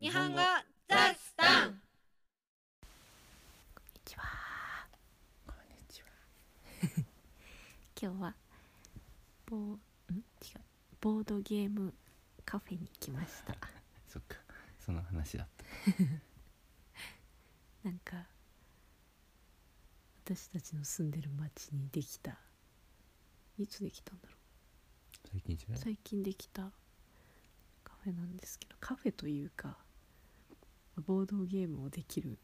日本語ザスタンこんにちは。 今日はボーん違うボードゲームカフェに来ま した。そっかその話だったなんか私たちの住んでる町にできたいつできたんだろ最近じゃう。最近できたカフェなんですけど、カフェというかボードゲームをできる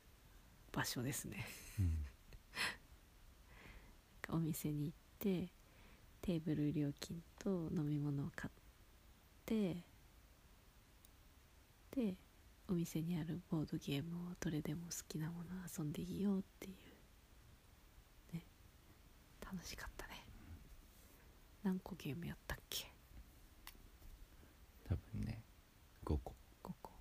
場所ですね。うん お店に行ってテーブル料金と飲み物を買ってでお店にあるボードゲームをどれでも好きなもの遊んでいいよっていうね楽しかったね何個ゲームやったっけ多分ね5個5個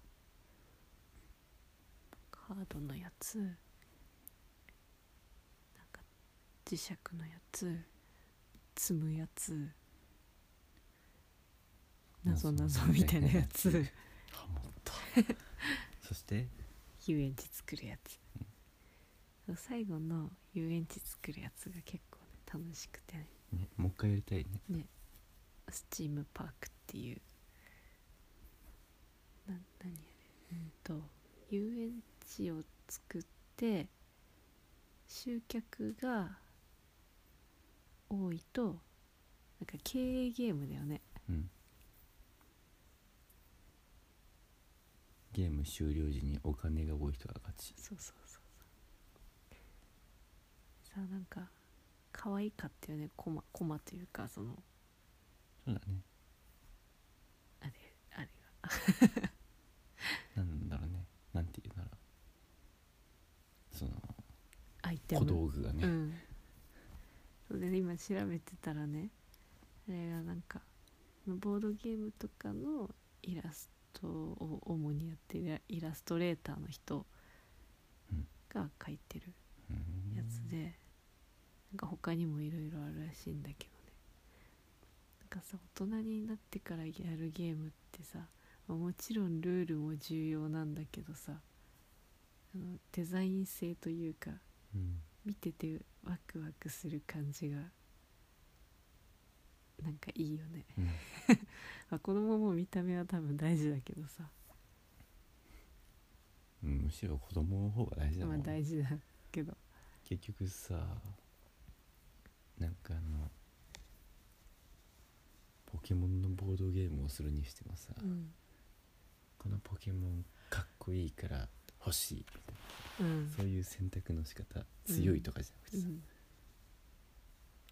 カードのやつなんか磁石のやつ積むやつなぞなぞみたいなやつハモったそして遊園地作るやつ最後の遊園地作るやつが結構ね楽しくてねねもう一回やりたいねスチームパークっていうな何やれうんと遊園地を作って集客が多いとなんか経営ゲームだよねうんゲーム終了時にお金が多い人が勝ちそうそうそうそうさあなんか可愛かったよねコマコマというかそのそうだねあれあれが なんだろうねなんて言うならそのアイテム小道具がね、うん、そうで今調べてたらねあれがなんかボードゲームとかのイラストを主にやってるイラストレーターの人うんが描いてるうんやつで、なんか他にもいろいろあるらしいんだけどねなんかさ大人になってからやるゲームってさまあもちろんルールも重要なんだけどさあのデザイン性というかうん見ててワクワクする感じがなんかいいよね、うん まあ、子供も見た目は多分大事だけどさ、うんむしろ子供の方が大事だまあもん、大事だけど結局さなんかあのポケモンのボードゲームをするにしてもさ、うん、このポケモンかっこいいから欲しいみたいうんなそういう選択の仕方強いとかじゃなくてうさ、ん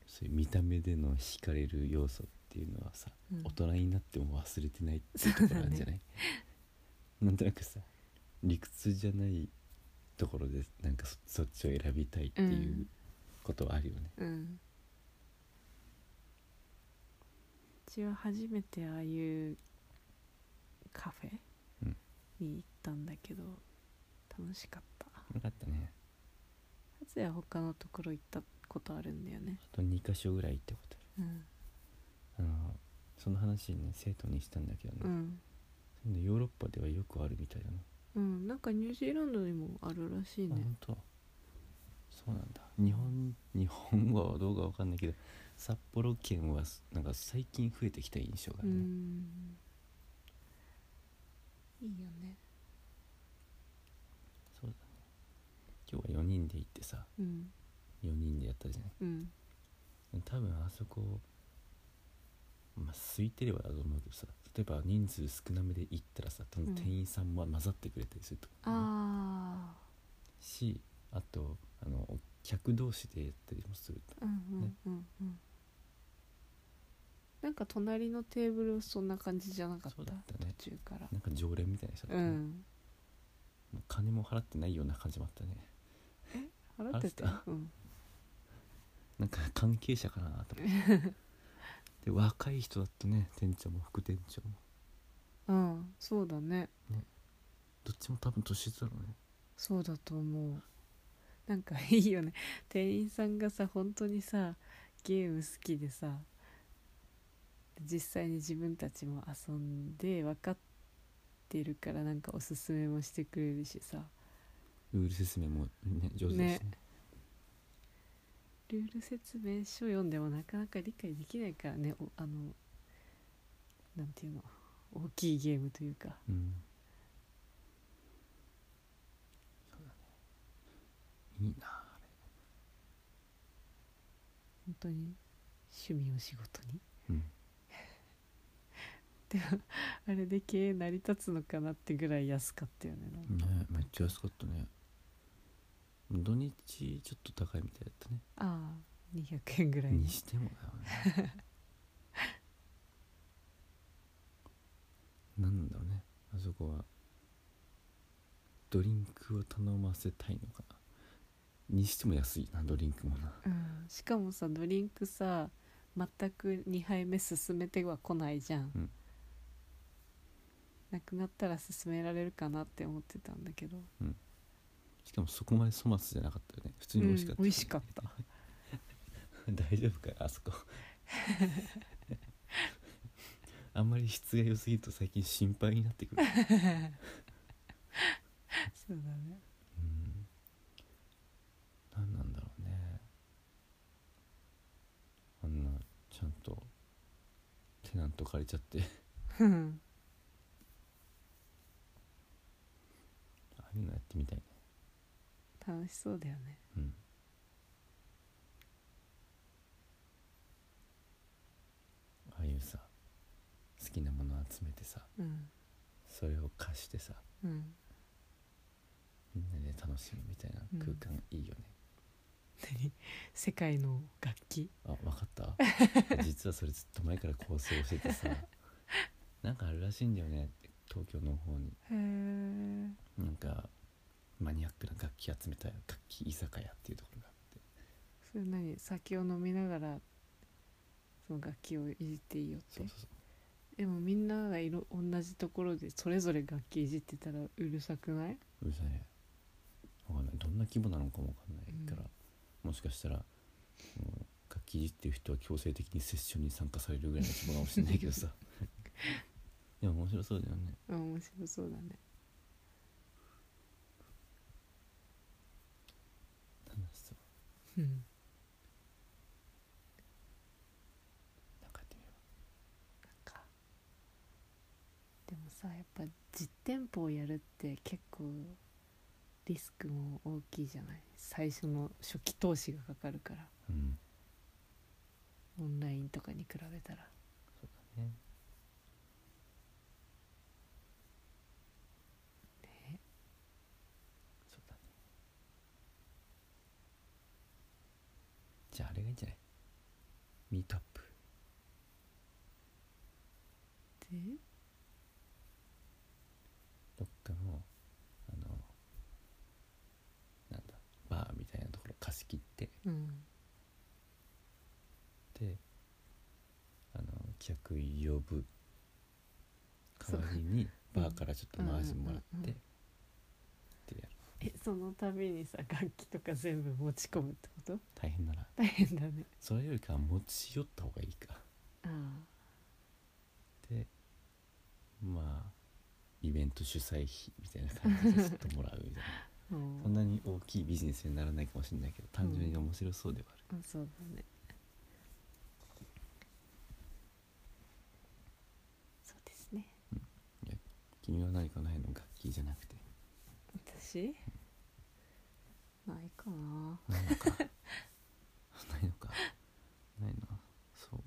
そういう見た目での惹かれる要素っていうのはさ、うん大人になっても忘れてないっていうところあるんじゃない、 なんとなくさ理屈じゃないところでなんかそそっちを選びたいっていううんことはあるよね、うんうちは初めてああいうカフェうんに行ったんだけど楽しかったよかったねかつや他のところ行ったことあるんだよねあと2箇所ぐらい行ったことうんあるあのその話ね生徒にしたんだけどね、うんそういうのヨーロッパではよくあるみたいだな、うん、なんかニュージーランドにもあるらしいあね。本当そうなんだ日本日本はどうかわかんないけど札幌県はすなんか最近増えてきた印象があうるん。ね、いいよね。そうだね今日は4人で行ってさうん。 4人でやったじゃないうん。多分あそこまあ空いてればだと思うけどさ例えば人数少なめで行ったらさ多うん分店員さんも混ざってくれたりすると思うね、あしあとあの客同士でやったりもするとあ。うんうんうんうん。なんか隣のテーブルそんな感じじゃなかった。そうだったね途中から。なんか常連みたいな人だうねん。もう金も払ってないような感じもあったね払ってた払っよて。うん。なんか関係者かなと思って で若い人だったね店長も副店長もうん。そうだね。どっちも多分年下だろうねそうだと思う。なんかいいよね。店員さんがさ、本当にさ、ゲーム好きでさ、実際に自分たちも遊んで分かってるからなんかおすすめもしてくれるしさルール説明もね上手ですねルール説明書読んでもなかなか理解できないからねおあのなんていうの大きいゲームというかうんそうだねいいなあれ本当に趣味を仕事に うんあれで経営成り立つのかなってぐらい安かったよねなんかねめっちゃ安かったね土日ちょっと高いみたいだったね、ああ200円ぐらいにしてもだよね なんなんだろうねあそこはドリンクを頼ませたいのかなにしても安いなドリンクもなうん、しかもさドリンクさ全く2杯目進めては来ないじゃん、うんなくなったら進められるかなって思ってたんだけどしかもそこまで粗末じゃなかったよね普通に美味しかうった、ん美味しかった 大丈夫かよあそ こあんまり質が良すぎると最近心配になってくる、そうだねうん、何なんだろうねあんなちゃんとテナント借りちゃって うんああいうのやってみたいね 楽しそうだよねうんああいうさ好きなもの集めてさうんそれを貸してさうんみんなで楽しむみたいな空間いいよね、何世界の楽器あ分かった実はそれずっと前から構想しててさなんかあるらしいんだよね東京の方にへえなんかマニアックな楽器集めた楽器居酒屋っていうところがあってそれ何酒を飲みながらその楽器をいじっていいよってそうそうそうでもみんながいろ同じところでそれぞれ楽器いじってたらうるさくないうるさいねわかんないどんな規模なのかもわかんないから、もしかしたら、うん楽器いじってる人は強制的にセッションに参加されるぐらいの規模かもしれないけどさでも面白そうだよねあ面白そうだね楽しそううんなんかやってみよなんかでもさやっぱ実店舗をやるって結構リスクも大きいじゃない最初の初期投資がかかるからううんオンラインとかに比べたらそうだねそうだねじゃああれがいいんじゃないミートアップでどっかのあのなんだバーみたいなところ貸し切ってうんであの客呼ぶ代わりにバーからちょっと回してもらっうんうんうんうてんってやるえその度にさ楽器とか全部持ち込むってこと大変なら大変だねそれよりかは持ち寄った方がいいかあでまあイベント主催費みたいな感じでちょっともらうみ たいなあそんなに大きいビジネスにならないかもしれないけど単純に面白そうではある、あそうだねそうですね君は何かないの楽器じゃなくて私ないかなないのかないのかないなそう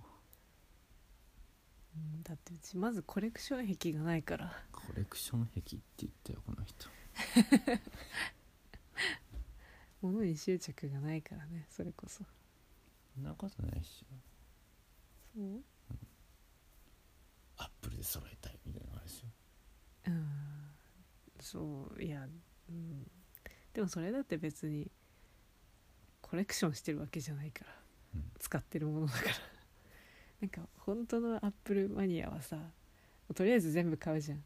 うんだってうちまずコレクション癖がないからコレクション癖って言ったよこの人物に執着がないからねそれこそそんなことないっしょそうアップルで揃えたいみたいなのあれでしょうんそういやうんでもそれだって別にコレクションしてるわけじゃないからうん使ってるものだから なんか本当のアップルマニアはさとりあえず全部買うじゃん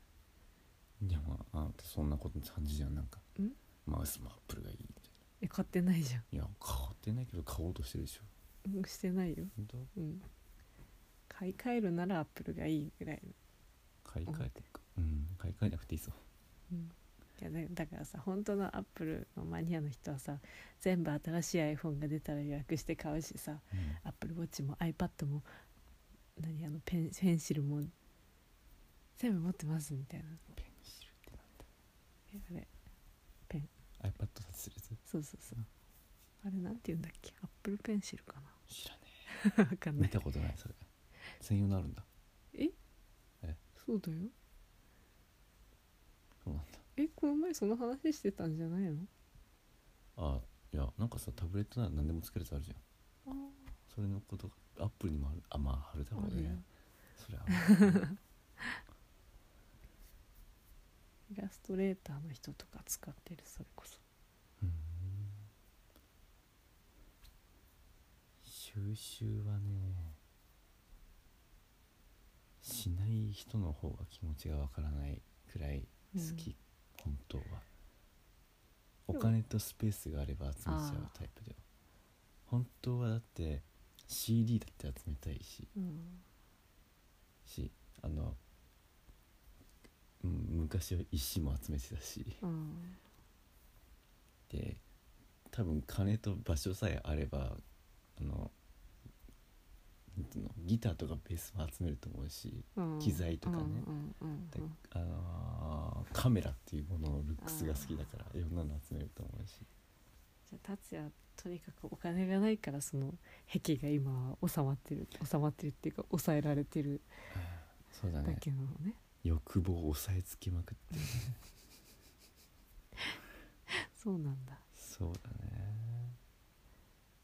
いやまああなたそんなこと感じじゃんなんかんマウスもアップルがいいみたいえ買ってないじゃん ないや買ってないけど買おうとしてるでしょうんしてないよ、本当うん、買い替えるならアップルがいいぐらいの買い替えていくううん買い替えなくていいぞうんいやだだからさ本当のアップルのマニアの人はさ全部新しい iPhone が出たら予約して買うしさうんアップルウォッチも iPad も何あのペンペンシルも全部持ってますみたいなペンシルってえあれなんだ iPad 撮影するやつそうそうそうあれなんて言うんだっけアップルペンシルか知らねえな わかんな見いたことないそれ専用のあるんだそうだよそうなんだえこの前その話してたんじゃないのあいやなんかさタブレットなら何でもつけるやつあるじゃんあそれのことがアップルにもあるあまああるだろうあるよねそれはあるイラストレーターの人とか使ってるそれこそうん収集はねしない人の方が気持ちがわからないくらい好き、本当はおでも金とスペースがあれば集めちゃうタイプだよ本当はだって CD だって集めたいしうん、しあの、うん、昔は石も集めてたしうんうんで多分金と場所さえあればあのなんていうのギターとかベースも集めると思うし、うん機材とかねうんうんうんであのーカメラっていうもののルックスが好きだからいろんなの集めると思うしじゃあ達也はとにかくお金がないからその壁が今は収まってる収まってるっていうか抑えられてるそうだだねけなのね欲望を抑えつけまくってそうなんだそうだね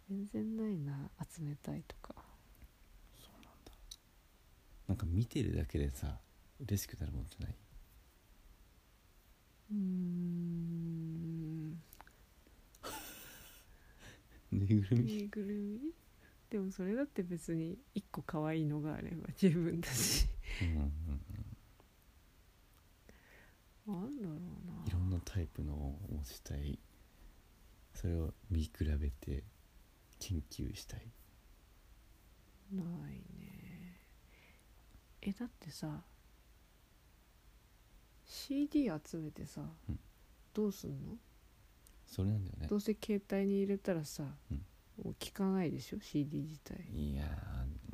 全然ないな集めたいとかそうなんだなんか見てるだけでさ嬉しくなるもんじゃないうーんぬいぐるぬみいぐるみでもそれだって別に一個可愛いのがあれば 十分だしうんうんうなんんだろうないろんなタイプのを持ちたいそれを見比べて研究したいないねえだってさ CD 集めてさ、うんどうすんのそれなんだよねどうせ携帯に入れたらさ、うんもう聞かないでしょ CD 自体いや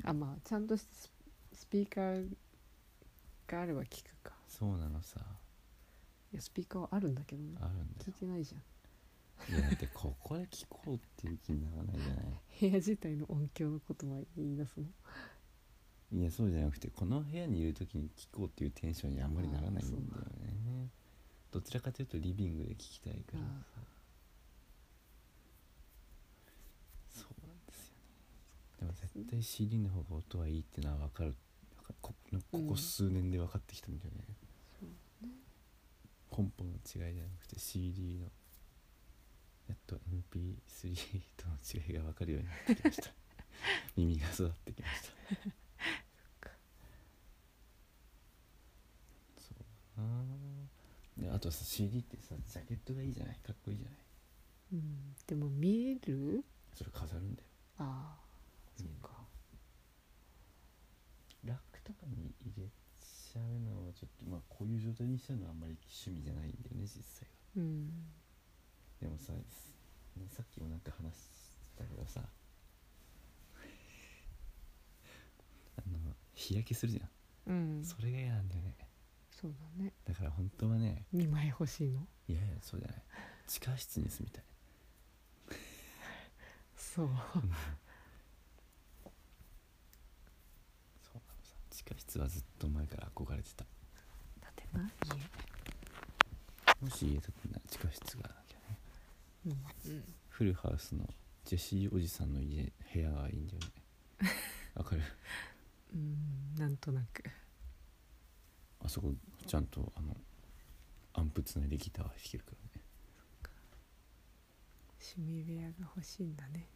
ーあまあちゃんとしたススピーカーがあれば聞くかそうなのさいやスピーカーはあるんだけどねあるんだ聞いてないじゃんよいやだってここで聞こうっていう気にならないじゃない部屋自体の音響のことは言い出すのいやそうじゃなくてこの部屋にいる時に聞こうっていうテンションにあんまりならないんだよあねどちらかというとリビングで聞きたいからさそうなんですよねでも絶対 CD の方が音はいいってのは分かるわかここここ数年で分かってきたんだよね、根本の違いじゃなくて CD のやっと MP3 との違いが分かるようになってきました耳が育ってきましたそうだなであとさ CD ってさジャケットがいいじゃないかっこいいじゃないうんでも見えるそれ飾るんだよああそうかラックとかに入れちゃうのはちょっとまあこういう状態にしちゃうのはあんまり趣味じゃないんだよね実際はうんでもさすねさっきもなんか話したけどさ あの日焼けするじゃうん、んそれが嫌なんだよねそうだねだから本当はね2枚欲しいのいやいやそうじゃない地下室に住みたいそうそうなのさ地下室はずっと前から憧れてただってなもし家建てなら地下室がなきゃね家うんフルハウスのジェシーおじさんの家部屋がいいんだよね わかるうんなんとなくあそこちゃんとあのアンプつないでギター弾けるからね趣味部屋が欲しいんだね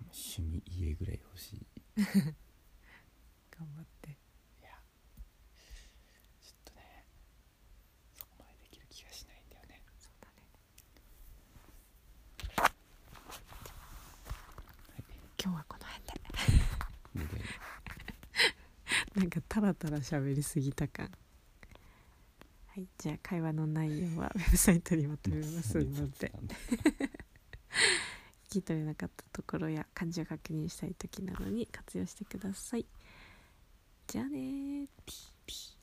趣味家ぐらい欲しい頑張ってちょっとねそこまでできる気がしないんだよねそうだねはい今日はこの辺で無理やりなんかタラタラ喋りすぎた感はいじゃあ会話の内容はウ ェブサイトにまとめ ますので聞き取れなかったところや漢字を確認したい時などに活用してくださいじゃあねーピーピー